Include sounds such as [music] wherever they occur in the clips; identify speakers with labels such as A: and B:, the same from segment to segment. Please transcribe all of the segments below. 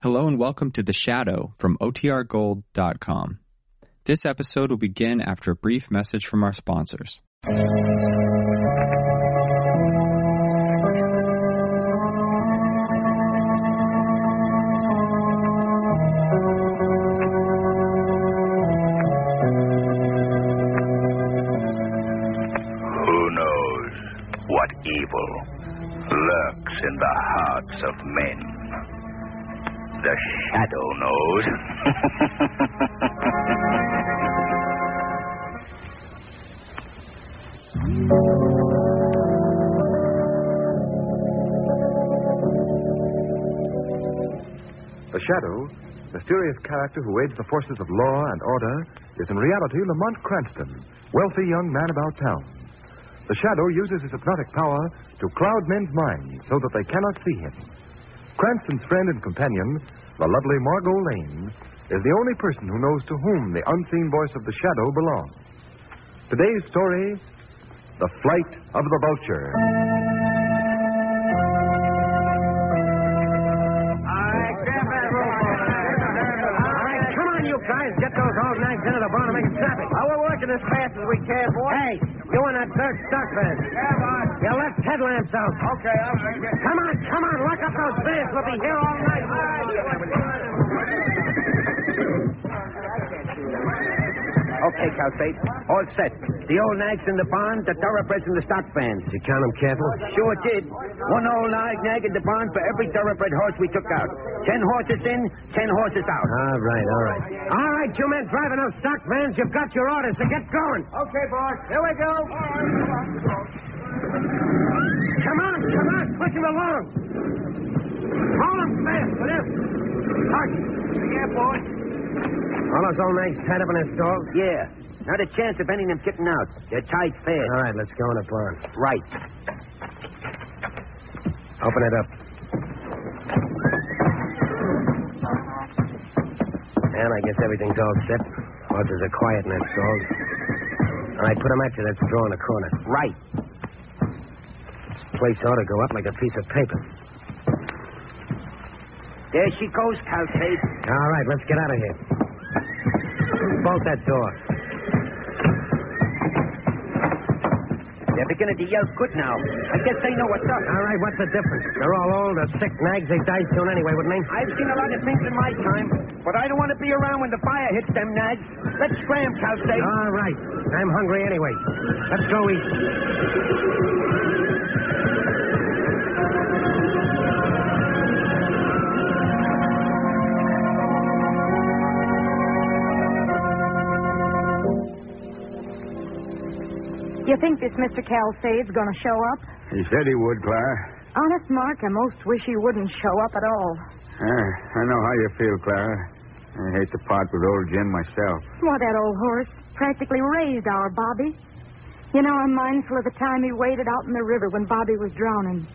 A: Hello and welcome to The Shadow from OTRGold.com. This episode will begin after a brief message from our sponsors.
B: Who knows what evil lurks in the hearts of men? The shadow knows.
C: The Shadow, mysterious character who aids the forces of law and order, is in reality Lamont Cranston, wealthy young man about town. The Shadow uses his hypnotic power to cloud men's minds so that they cannot see him. Cranston's friend and companion, the lovely Margot Lane, is the only person who knows to whom the unseen voice of the Shadow belongs. Today's story The Flight of the Vulture.
D: Come on, you guys. Get those old nags into the barn and make it stop it. Oh, we're working as fast as we can, boy. Hey, you in that third stock van. Come on. Your left headlamp's out. Okay, I'll Come on, come on. Lock up those vans. We'll be here all night. Okay, Calfate. All set. The old nag's in the barn, the thoroughbreds in the stock van. Did you count them careful? Sure did. One old nag nag in the barn for every thoroughbred horse we took out. Ten horses in, ten horses out. All right, all right. All right, you men driving those stock vans, you've got your orders, so get going. Okay, boss. Here we go. Come on, come on, push him along. Hold him fast, will you? Sergeant. Yeah, boy. All those old nags tied up in that stall? Yeah. Not a chance of any of them getting out. They're tied fast. All right, let's go in the barn. Right. Open it up. And I guess everything's all set. Horses are quiet in that stall. All right, put 'em back to that straw in the corner. Right. This place ought to go up like a piece of paper. There she goes, Calcade. All right, let's get out of here. Bolt that door. They're beginning to yell good now. I guess they know what's up. All right, what's the difference? They're all old or sick nags. They die soon anyway, wouldn't they? I've seen a lot of things in my time, but I don't want to be around when the fire hits them nags. Let's scram, Calcade. All right. I'm hungry anyway. Let's go eat.
E: You think this Mr. Calfade's going to show up?
B: He said he would, Clara.
E: Honest, Mark, I most wish he wouldn't show up at all.
B: Uh, I know how you feel, Clara. I hate to part with old Jim myself.
E: Why, that old horse practically raised our Bobby. You know, I'm mindful of the time he waded out in the river when Bobby was drowning.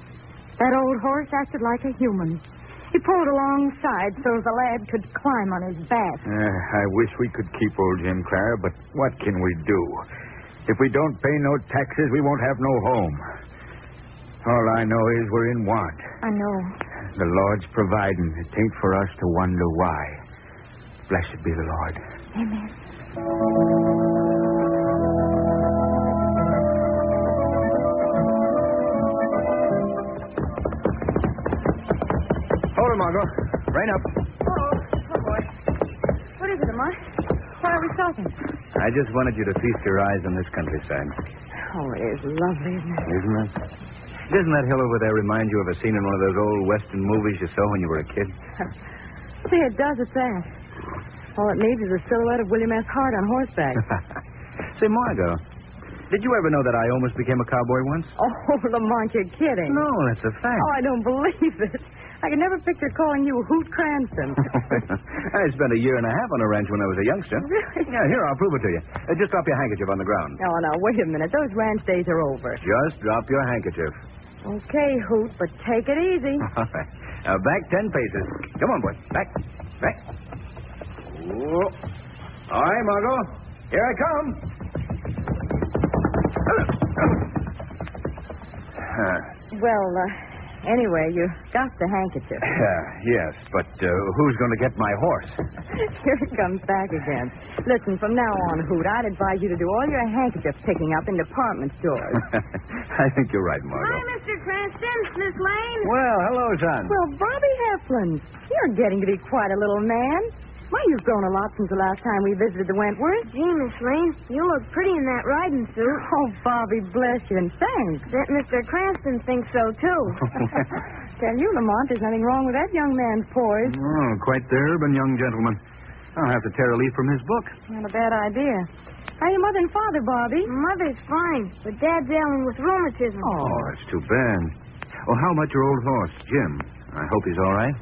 E: That old horse acted like a human. He pulled alongside so the lad could climb on his back.
B: Uh, I wish we could keep old Jim, Clara, but what can we do? If we don't pay no taxes, we won't have no home. All I know is we're in want.
E: I know.
B: The Lord's providing. It ain't for us to wonder why. Blessed be the Lord.
E: Amen.
D: Hold him, Margot. Rain up.
E: Oh, oh boy. What is it, Mark? Why are we talking?
B: I just wanted you to feast your eyes on this countryside.
E: Oh, it is lovely, isn't it?
B: Isn't it? Doesn't that hill over there remind you of a scene in one of those old Western movies you saw when you were a kid? [laughs]
E: See, it does at that. All it needs is a silhouette of William S. Hart on horseback.
B: Say, Margot, did you ever know that I almost became a cowboy once?
E: oh, Lamont, you're kidding.
B: No, that's a fact.
E: Oh, I don't believe it. I can never picture calling you Hoot Cranston. [laughs]
B: [laughs] I spent a year and a half on a ranch when I was a youngster.
E: Really?
B: Yeah, here, I'll prove it to you. Uh, just drop your handkerchief on the ground.
E: No, no, wait a minute. Those ranch days are over.
B: Just drop your handkerchief. [laughs]
E: Okay, Hoot, but take it easy.
B: All right. Now back ten paces. Come on, boy. Back. Back. Whoa. All right, Margot. Here I come. Huh.
E: Well, uh,
C: Anyway, you got the
E: [laughs]
C: handkerchief.
B: [coughs] yes, but uh, who's going to get my horse? [laughs]
C: Here it comes back again. Listen, from now on, Hoot, I'd advise you to do all your handkerchief picking up in department stores.
B: I think you're right,
E: Hi,
B: Margot.
E: Mr. Cranston. Miss Lane.
B: Well, hello, son.
C: Well, Bobby Heflin, you're getting to be quite a little man. Why, you've grown a lot since the last time we visited the Wentworth.
E: Gee, Miss Lane, you look pretty in that riding suit.
C: [laughs] Oh, Bobby, bless you, and thanks.
E: Bet Mr. Cranston thinks so, too.
C: [laughs]
E: [laughs]
C: Tell you, Lamont, there's nothing wrong with that young man's poise.
B: Oh, quite the urban young gentleman. I'll have to tear a leaf from his book.
C: Not a bad idea. How are your mother and father, Bobby?
E: Mother's fine, but Dad's ailing with rheumatism.
B: Oh, that's too bad. Oh, how about your old horse, Jim? I hope he's all right.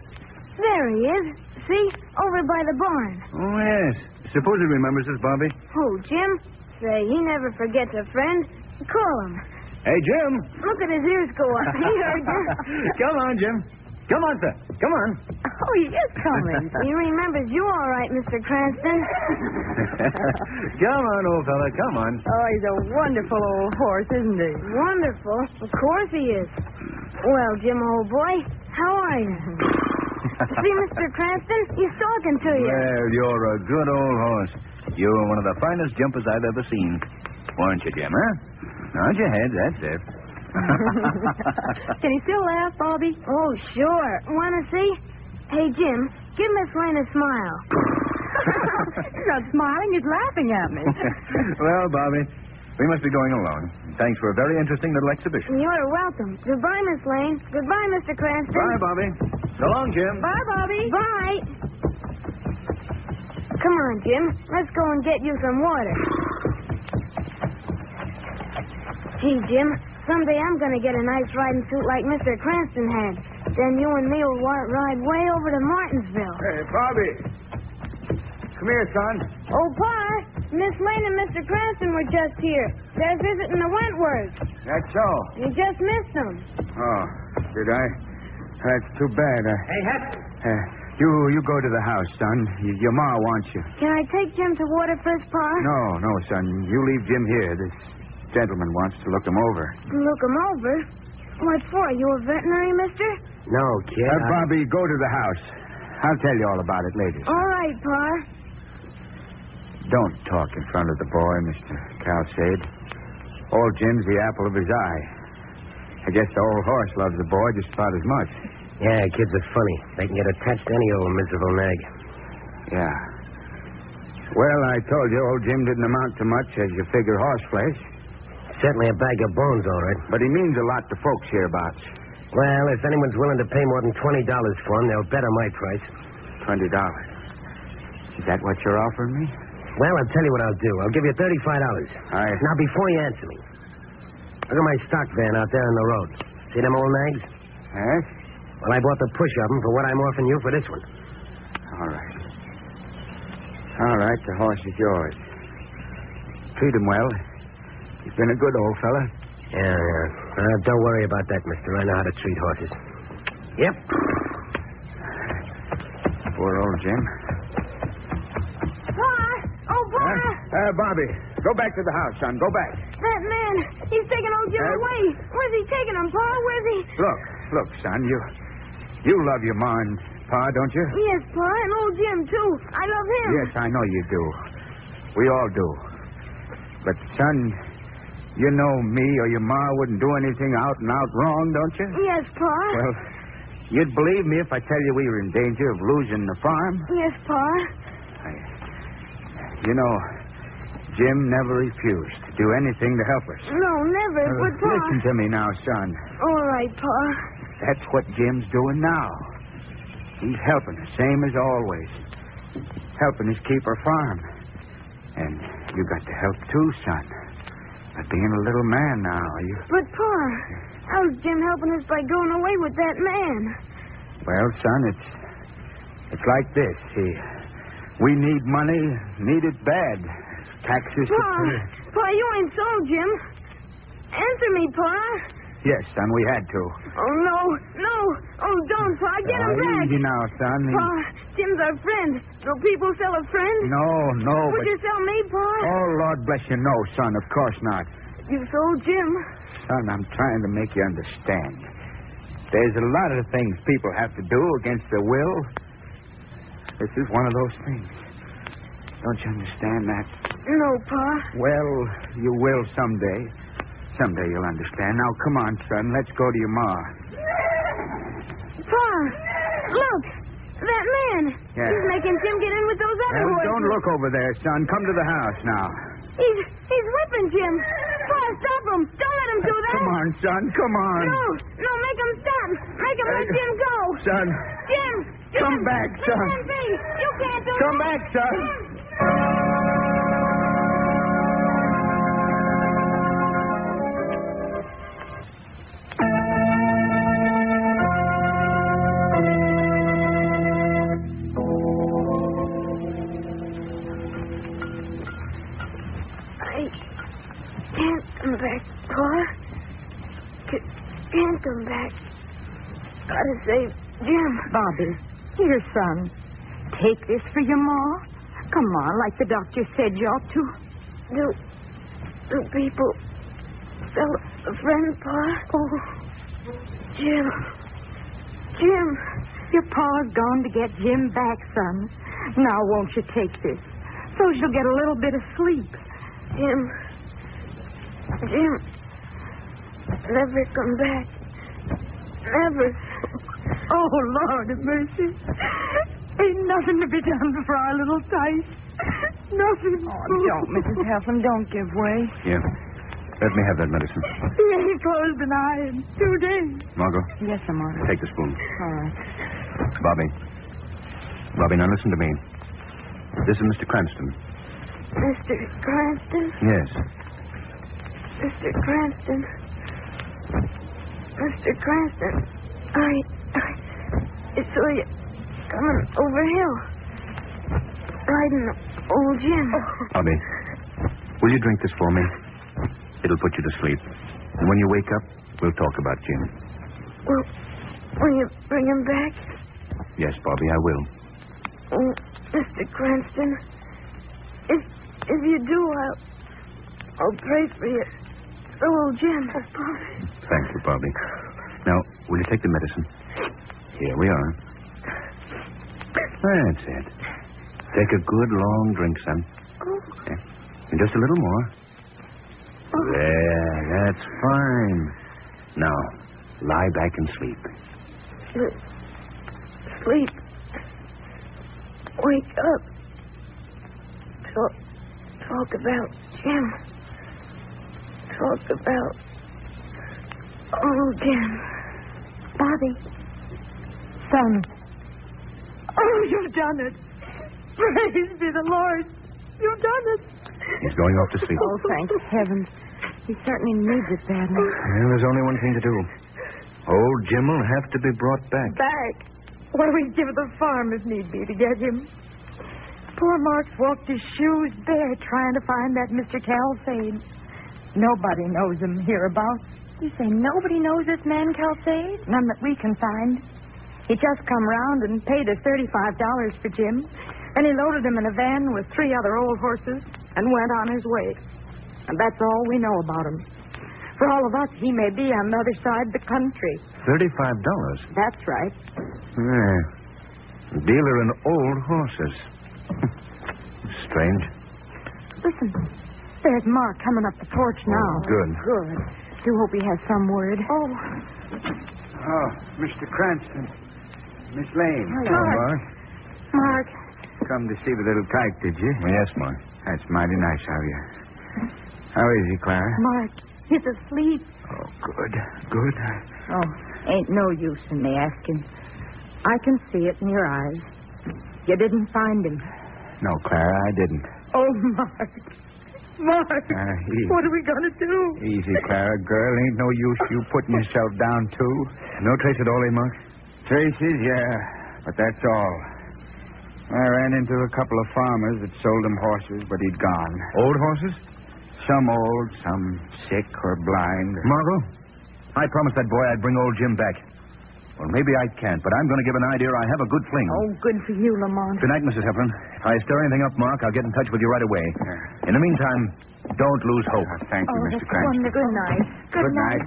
E: There he is. See? Over by the barn.
B: Oh, yes. Suppose he remembers us, Bobby.
E: Oh, Jim. Say, he never forgets a friend. Call him.
B: Hey, [laughs] Jim.
E: Look at his ears go up. He heard
C: [laughs]
E: you.
B: Come on, Jim. Come on, sir. Come [laughs] on.
C: Oh, he is coming.
E: He remembers you all right, Mr. Cranston.
B: come on, old fella. Come on.
C: [laughs] oh, he's a wonderful old horse, isn't he?
E: Wonderful. Of course he is. Well, Jim, old boy, how are
C: [laughs]
E: you? See, Mr. Cranston, he's talking to you.
B: Well, you're a good old horse. You're one of the finest jumpers I've ever seen. [laughs] Weren't you, Jim, huh? Nod your head, that's it.
C: Can he still laugh, Bobby?
E: Oh, sure. Want to see? Hey, Jim, give Miss Lane a
C: [laughs]
E: smile. [laughs]
C: He's not smiling, he's laughing at me.
B: [laughs] well, Bobby, we must be going along. Thanks for a very interesting little exhibition.
E: You're welcome. Goodbye, Miss Lane. Goodbye, Mr. Cranston.
B: Bye, Bobby. So long, Jim.
C: Bye, Bobby.
E: Bye. Come on, Jim. Let's go and get you some water. Gee, Jim, someday I'm going to get a nice riding suit like Mr. Cranston had. Then you and me will wa- ride way over to Martinsville.
B: Hey, Bobby. Come here, son.
E: Oh, Pa, Miss Lane and Mr. Cranston were just here. They're visiting the Wentworths.
B: That's so.
E: You just missed them.
B: Oh, did I? That's too bad. I,
D: Hey, Hep.
B: uh, you you go to the house, son. Y- your ma wants you.
E: Can I take Jim to water first, Pa?
B: No, no, son. You leave Jim here. This gentleman wants to look him over.
E: Look him over. What for? You a veterinary, mister?
D: No, kid.
B: Uh,
D: I-
B: Bobby, go to the house. I'll tell you all about it later.
D: Oh.
E: All right, Pa.
B: Don't talk in front of the boy, Mr. Calsade. Old Jim's the apple of his eye. I guess the old horse loves the boy just about as much.
D: Yeah, kids are funny. They can get attached to any old miserable nag.
B: Yeah. Well, I told you old Jim didn't amount to much as you figure horse flesh,
D: Certainly a bag of bones, all right.
B: but he means a lot to folks hereabouts.
D: Well, if anyone's willing to pay more than $20 for him, they'll bet on my price.
B: Twenty dollars. Is that what you're offering me?
D: Well, I'll tell you what I'll do. I'll give you $35.
B: I
D: Now, before you answer me, look at my stock van out there on the road. See them old nags?
B: yes.
D: Well, I bought the push of them for what I'm offering you for this one.
B: All right. All right, the horse is yours. Treat him well. He's been a good old fella.
D: Yeah, yeah. Uh, don't worry about that, mister. I know how to treat horses. Yep.
B: Poor old Jim.
E: Pa! Oh, Pa!
B: Uh, Bobby, go back to the house, son. Go back.
E: That man! He's taking old Jim
B: Huh?
E: away! Where's he taking him, Pa? Where's he?
B: Look, look, son. You, you love your ma and pa, don't you?
E: Yes, Pa, and old Jim, too. I love him.
B: Yes, I know you do. We all do. But son, you know me or your ma wouldn't do anything out and out wrong, don't you?
E: Yes, Pa.
B: Well, you'd believe me if I tell you we were in danger of losing the farm.
E: Yes, Pa.
B: You know, Jim never refused to do anything to help us.
E: No, never, but Pa.
B: Uh, Listen to me now, son.
E: All right, Pa.
B: That's what Jim's doing now. He's helping us, same as always. Helping us keep our farm. And you got to help too, son. By being a little man now, you.
E: But, Pa, how's Jim helping us by going away with that man?
B: Well, son, it's it's like this. See, we need money, need it bad. Taxes. to
E: Pa!
B: pay.
E: Pa, you ain't sold Jim. Answer me, Pa.
B: Yes, son, we had to.
E: Oh, no, no. Oh, don't, Pa. Get him
B: Ah,
E: back.
B: Easy now, son.
E: Pa, Jim's our friend. Do people sell a friend?
B: No, no. But...
E: Would you sell me, Pa?
B: Oh, Lord bless you, no, son. Of course not.
E: You sold Jim.
B: Son, I'm trying to make you understand. There's a lot of things people have to do against their will. This is one of those things. Don't you understand that?
F: No, Pa.
B: Well, you will someday. Someday you'll understand. Now, come on, son. Let's go to your ma.
F: Pa, look. That man.
B: Yeah.
F: He's making Jim get in with those other
B: Well,
F: boys.
B: don't look over there, son. Come to the house now.
F: He's, he's whipping Jim. Pa, stop him. Don't let him do that.
B: Come on, son. Come on.
F: No, no, make him stop. Make him let
B: Hey.
F: Jim go.
B: Son.
F: Jim, Jim.
B: Come back,
F: let
B: son.
F: Jim be. You can't do
B: Come
F: that.
B: back, son.
F: Jim. I can't come back, Pa. C- can't come back. Gotta save Jim.
E: Bobby, dear son, take this for your ma. Come on, like the doctor said you ought to.
F: Do, do people still a friend, Pa? Oh, Jim. Jim.
E: Your pa's gone to get Jim back, son. Now, won't you take this? So she'll get a little bit of sleep.
F: Jim. Jim. Never come back. Never.
E: Oh, Lord of mercy. Ain't nothing to be done for our little Tice. Nothing. Oh, don't, Mrs. Heflin. Don't give way.
G: Yeah. Let me have that medicine.
E: He ain't closed an eye in two days.
G: Margot,
E: Yes, I'm all right.
G: take the spoon.
E: All right.
G: Bobby. Bobby, now listen to me. This is Mr. Cranston.
F: Mr. Cranston.
G: Yes.
F: Mr. Cranston. Mr. Cranston, I, I saw you coming over hill, riding old Jim.
E: Oh.
G: Bobby, will you drink this for me? It'll put you to sleep. And when you wake up, we'll talk about Jim.
F: Will, will you bring him back,
G: Yes, Bobby, I will.
F: oh, Mr. Cranston? If if you do, I'll I'll pray for you, for old Jim.
G: Thank you, Bobby. Now, will you take the medicine? Here we are. That's it. Take a good long drink, son.
F: Oh,
G: Okay. And just a little more. There, that's fine. Now, lie back and sleep.
F: Sleep. Wake up. Talk, talk about Jim. Talk about old Jim. Bobby.
E: Son. Oh, you've done it. Praise be the Lord. You've done it.
G: He's going off to sleep.
E: Oh, thank heavens. He certainly needs it badly.
G: Well, there's only one thing to do. Old Jim will have to be brought back.
E: Back. What do we give the farm if need be to get him? Poor Mark's walked his shoes bare trying to find that Mr. Calfade. Nobody knows him hereabouts.
H: You say nobody knows this man, Calcade?
E: None that we can find. He just come round and paid us thirty-five dollars for Jim. Then he loaded him in a van with three other old horses and went on his way. And that's all we know about him. For all of us, he may be on the other side of the country.
G: Thirty-five dollars.
E: That's right.
G: Yeah. Dealer in old horses. Strange.
E: Listen, there's Mark coming up the porch now.
G: Oh, good.
E: Good. Do hope he has some word. Oh,
B: Oh, Mr. Cranston. Miss Lane.
G: Mark?
E: Mark.
B: Come to see the little tyke, did you?
G: Yes, Mark.
B: That's mighty nice of you. How is he, Clara?
E: Mark, he's asleep.
B: Oh, good. Good.
E: Oh, ain't no use in me asking. I can see it in your eyes. You didn't find him.
B: No, Clara, I didn't.
E: Oh, Mark. Mark.
B: Uh, he-
E: what are we going to do?
B: Easy, Clara, girl. Ain't no use you putting yourself down, too.
G: No trace at all, eh, Mark?
B: Traces, yeah, but that's all. I ran into a couple of farmers that sold him horses, but he'd gone.
G: Old horses?
B: Some old, some sick or blind.
G: Margot, I promised that boy I'd bring old Jim back. Well, maybe I can't, but I'm going to give an idea I have a good fling.
E: Oh, good for you, Lamont.
G: Good night, Mrs. Heffernan. If I stir anything up, Mark, I'll get in touch with you right away. In the meantime, don't lose hope.
B: Uh, thank you,
E: oh,
B: Mr.
E: that's
B: Cranston.
E: wonderful. Good night.
B: Good night.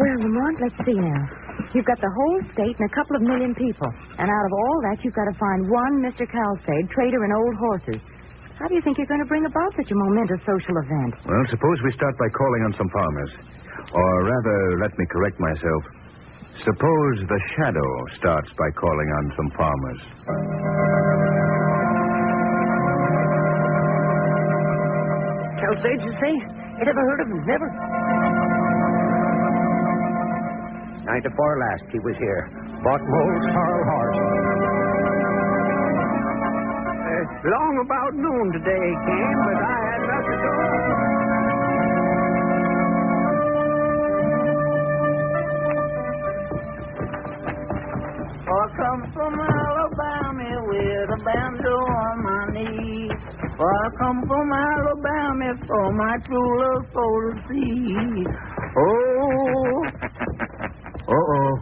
E: Well, Lamont, let's see now. You've got the whole state and a couple of million people. And out of all that, you've got to find one Mr. Calstade, trader in old horses. How do you think you're going to bring about such a momentous social event?
B: Well, suppose we start by calling on some farmers. Or rather, let me correct myself. Suppose the shadow starts by calling on some farmers.
I: Calzades, you say? I never heard of him. Never.
D: Night before last, he was here. Bought Mole's sorrel horse. Uh, long about noon today he came, but I had nothing to do.
I: For I come from Alabama with a banjo on my knee. For I come from Alabama for my true love for to see. Oh,
B: Uh-oh.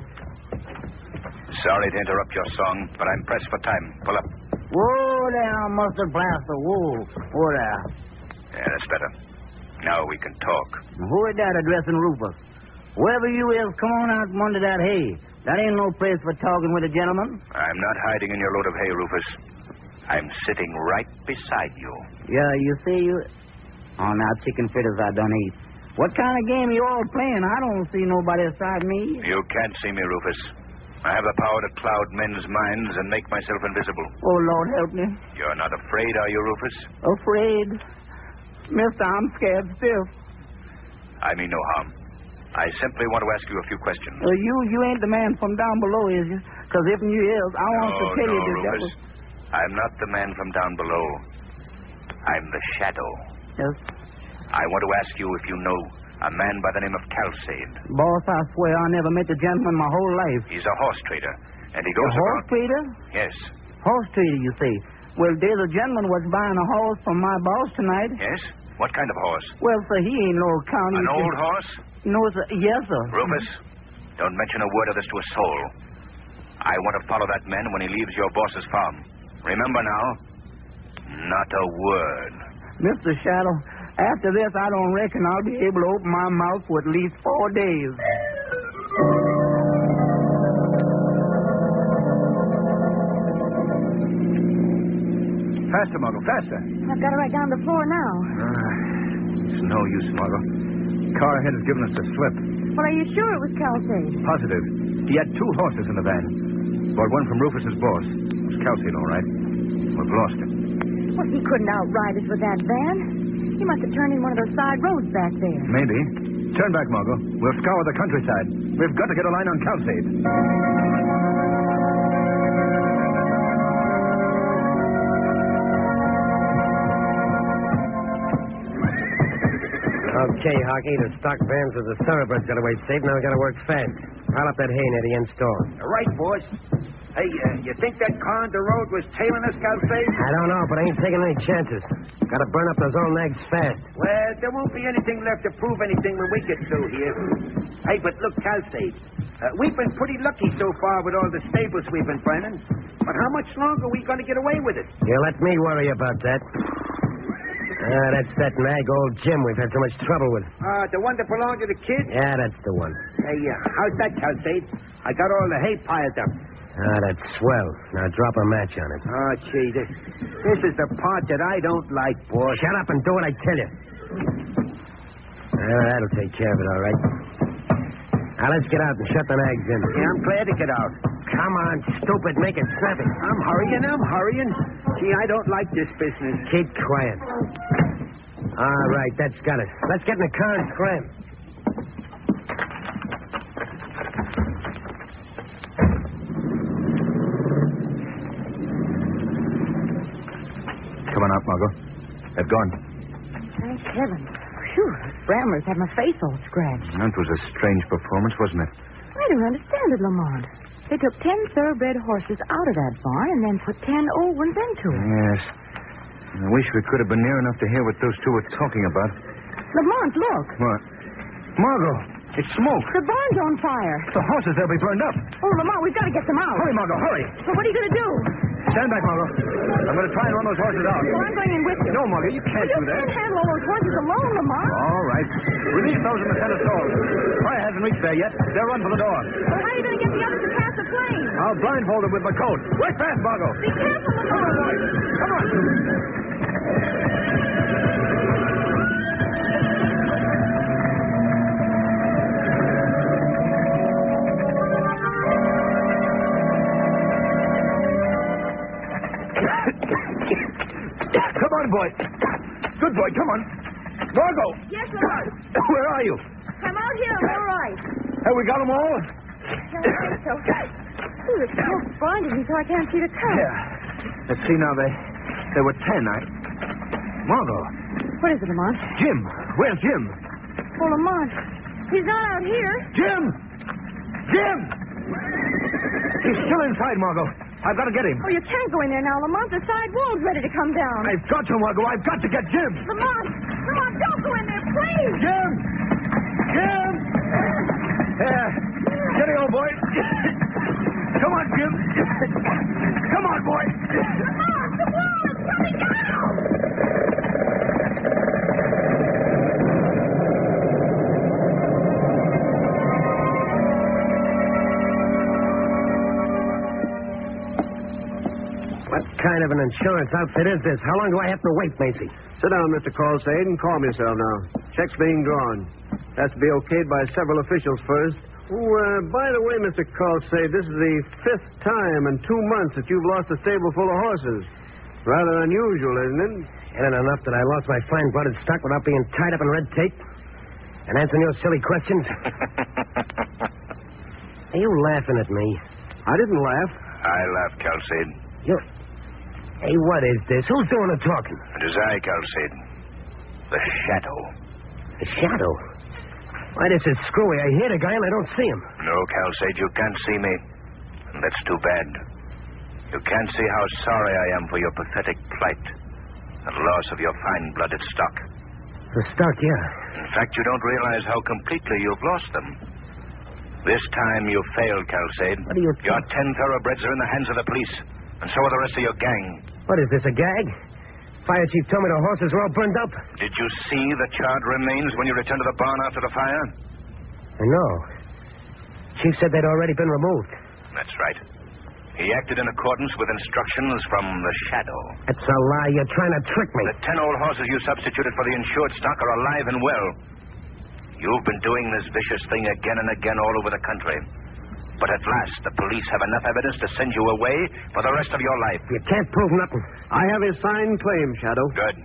C: Sorry to interrupt your song, but I'm pressed for time. Pull up.
I: whoa there, mustard plaster, whoa, whoa there.
C: Yeah, that's better. Now we can talk.
I: Who is that addressing Rufus? Wherever you is, come on out from under that hay. That ain't no place for talking with a gentleman.
C: I'm not hiding in your load of hay, Rufus. I'm sitting right beside you.
I: Yeah, you see, you. Oh, now chicken fritters I don't eat. What kind of game you all playing? I don't see nobody beside me.
C: You can't see me, Rufus. I have the power to cloud men's minds and make myself invisible.
I: Oh, Lord, help me.
C: You're not afraid, are you, Rufus?
I: Afraid. Mister, I'm scared stiff.
C: I mean no harm. I simply want to ask you a few questions.
I: Uh, you you ain't the man from down below, is you? Because if you is, I want to
C: no,
I: tell
C: Oh, no,
I: you that that
C: Rufus.
I: was-
C: I'm not the man from down below. I'm the shadow.
I: Yes.
C: I want to ask you if you know a man by the name of Calcade.
I: Boss, I swear I never met the gentleman my whole life.
C: He's a horse trader, and he
I: A
C: goes
I: horse trader?
C: about. Yes,
I: Horse trader, you say. Well, there's a gentleman was buying a horse from my boss tonight.
C: yes. What kind of horse?
I: Well, sir, he ain't no county.
C: An old horse,
I: No, sir. Yes, sir.
C: Rufus. Don't mention a word of this to a soul. I want to follow that man when he leaves your boss's farm. Remember now, not a word.
I: Mr. Shadow, after this, I don't reckon I'll be able to open my mouth for at least four days.
B: Faster, Margot, faster.
F: I've got it right down the floor
B: Ah.
F: now.
B: it's no use, Margot. Car ahead has given us the slip.
F: Well, are you sure it was Kelsey?
B: Positive. He had two horses in the van. Bought one from Rufus's boss. It's Calcine, all right. We've lost him.
F: Well, he couldn't outride us with that van. He must have turned in one of those side roads back there.
B: Maybe. Turn back, Margot. We'll scour the countryside. We've got to get a line on Calcade.
D: Okay, Hockey, the stock vans with the thoroughbreds got away safe. Now we got to work fast. Pile up that hay near the end store.
I: Right, boys. Hey, uh, you think that car on the road was tailing us, Calcade?
D: I don't know, but I ain't taking any chances. Got to burn up those old nags fast.
I: Well, there won't be anything left to prove anything when we get through here. Hey, but look, Calcade. Uh, we've been pretty lucky so far with all the stables we've been burning. But how much longer are we going to get away with it?
D: You let me worry about that. Ah, that's that nag old Jim we've had so much trouble with.
I: Uh, the one that belonged to the kid?
D: Yeah, that's the one.
I: Hey, uh, how's that, Calcade? I got all the hay piled up.
D: Ah, that's swell. Now drop a match on it.
I: Oh, gee, this, this is the part that I don't like,
D: Well,
I: boss.
D: shut up and do what I tell you. Well, that'll take care of it, all right. Now let's get out and shut the nags in.
I: Yeah, I'm glad to get out.
D: Come on, stupid, make it snappy.
I: I'm hurrying, I'm hurrying. Gee, I don't like this business.
D: Keep quiet. All right, that's got it. Let's get in the car and scram.
B: Come on out, Margot. They've gone.
E: Thank heaven. Phew, those brambles had my face all scratched.
B: That was a strange performance, wasn't it?
E: I don't understand it, Lamont. They took ten thoroughbred horses out of that barn and then put ten old ones into it.
B: Yes. I wish we could have been near enough to hear what those two were talking about.
E: Lamont, look.
B: What? Margot! It's smoke.
E: The barn's on fire.
B: The horses, they'll be burned up.
E: Oh, Lamont, we've got to get them out.
B: Hurry, Margot, hurry.
E: So what are you going to do?
B: Stand back, Margot. I'm going to try and run those horses out.
E: Well, I'm going in with you.
B: No, Margot, you can't
E: you
B: do that. Oh,
E: can't handle all those horses alone, Lamont.
B: All right. Release those in the center stall. Fire hasn't reached there yet. They'll run for the door.
E: Well, how are you going to get the others to pass the plane?
B: I'll blindfold them with my coat. Right fast, Margot.
E: Be careful, Lamont.
B: Come on, boys. Come on. come on, boy. Good boy, come on. Margot,
E: Yes, Lamont.
B: where are you?
E: I'm out here on the right.
B: Have we got them all?
E: so. Ooh, it's so blinded me so I can't see the cow.
B: Yeah. Let's see now. They, there were ten. I. Margot,
E: What is it, Lamont?
B: Jim. Where's Jim?
E: Oh, Lamont. He's not out here.
B: Jim! Jim! He's still inside, Margot. I've got to get him.
E: Oh, you can't go in there now, Lamont. The side wall's ready to come down.
B: I've got to, Margot. I've got to get Jim.
E: Lamont! Lamont, don't go in there, please!
B: Jim! Jim! Yeah. Get it, old boy. Come on, Jim. Come on, boy.
E: Lamont, the wall is coming down!
D: What kind of an insurance outfit is this? How long do I have to wait, Macy?
J: Sit down, Mr. Colsade, and calm yourself now. Check's being drawn. Has to be okayed by several officials first. Oh, uh, by the way, Mr. Colsade, this is the fifth time in two months that you've lost a stable full of horses. Rather unusual, isn't it?
D: Isn't it enough that I lost my fine blooded stock without being tied up in red tape? And answering your silly questions?
J: [laughs]
D: Are you laughing at me?
J: I didn't laugh.
C: [laughs] I laugh, Calcid.
D: You. Hey, what is this? Who's doing the talking?
C: It is I, Calcid. The shadow.
D: The shadow. Why, this is screwy. I hear the guy and I don't see him.
C: No, Calcid, you can't see me. And that's too bad. You can't see how sorry I am for your pathetic plight. The loss of your fine blooded stock.
D: The stock, yeah.
C: In fact, you don't realize how completely you've lost them. This time you failed, Calcade.
D: What are you
C: Your ten thoroughbreds are in the hands of the police, and so are the rest of your gang.
D: What is this, a gag? Fire chief told me the horses were all burned up.
C: Did you see the charred remains when you returned to the barn after the fire?
D: I know. Chief said they'd already been removed.
C: That's right. He acted in accordance with instructions from the Shadow.
D: That's a lie. You're trying to trick me.
C: The ten old horses you substituted for the insured stock are alive and well. You've been doing this vicious thing again and again all over the country. But at last, the police have enough evidence to send you away for the rest of your life.
D: You can't prove nothing.
J: I have his signed claim, Shadow.
C: Good.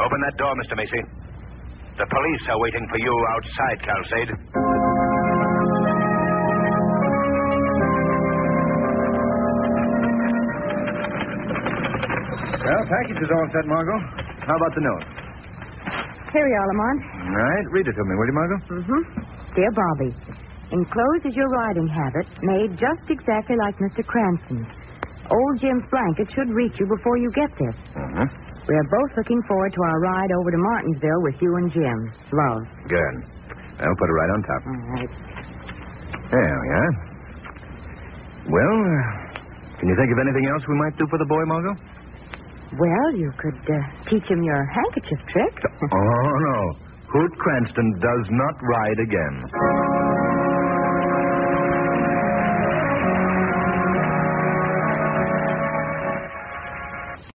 C: Open that door, Mr. Macy. The police are waiting for you outside, Calcade.
G: Well, package is all set, Margot. How about the note?
E: Here we are, Lamont.
G: All right, read it to me, will you, Margot?
E: Mm-hmm. Dear Bobby, enclosed is your riding habit, made just exactly like Mr. Cranston's. Old Jim's blanket should reach you before you get this.
C: Mm-hmm.
E: We are both looking forward to our ride over to Martinsville with you and Jim. Love.
G: Good. I'll put it right on top.
E: All right.
G: There we are. Well, uh, can you think of anything else we might do for the boy, Margot?
E: Well, you could uh, teach him your handkerchief trick.
G: Oh, no. Hoot Cranston does not ride again.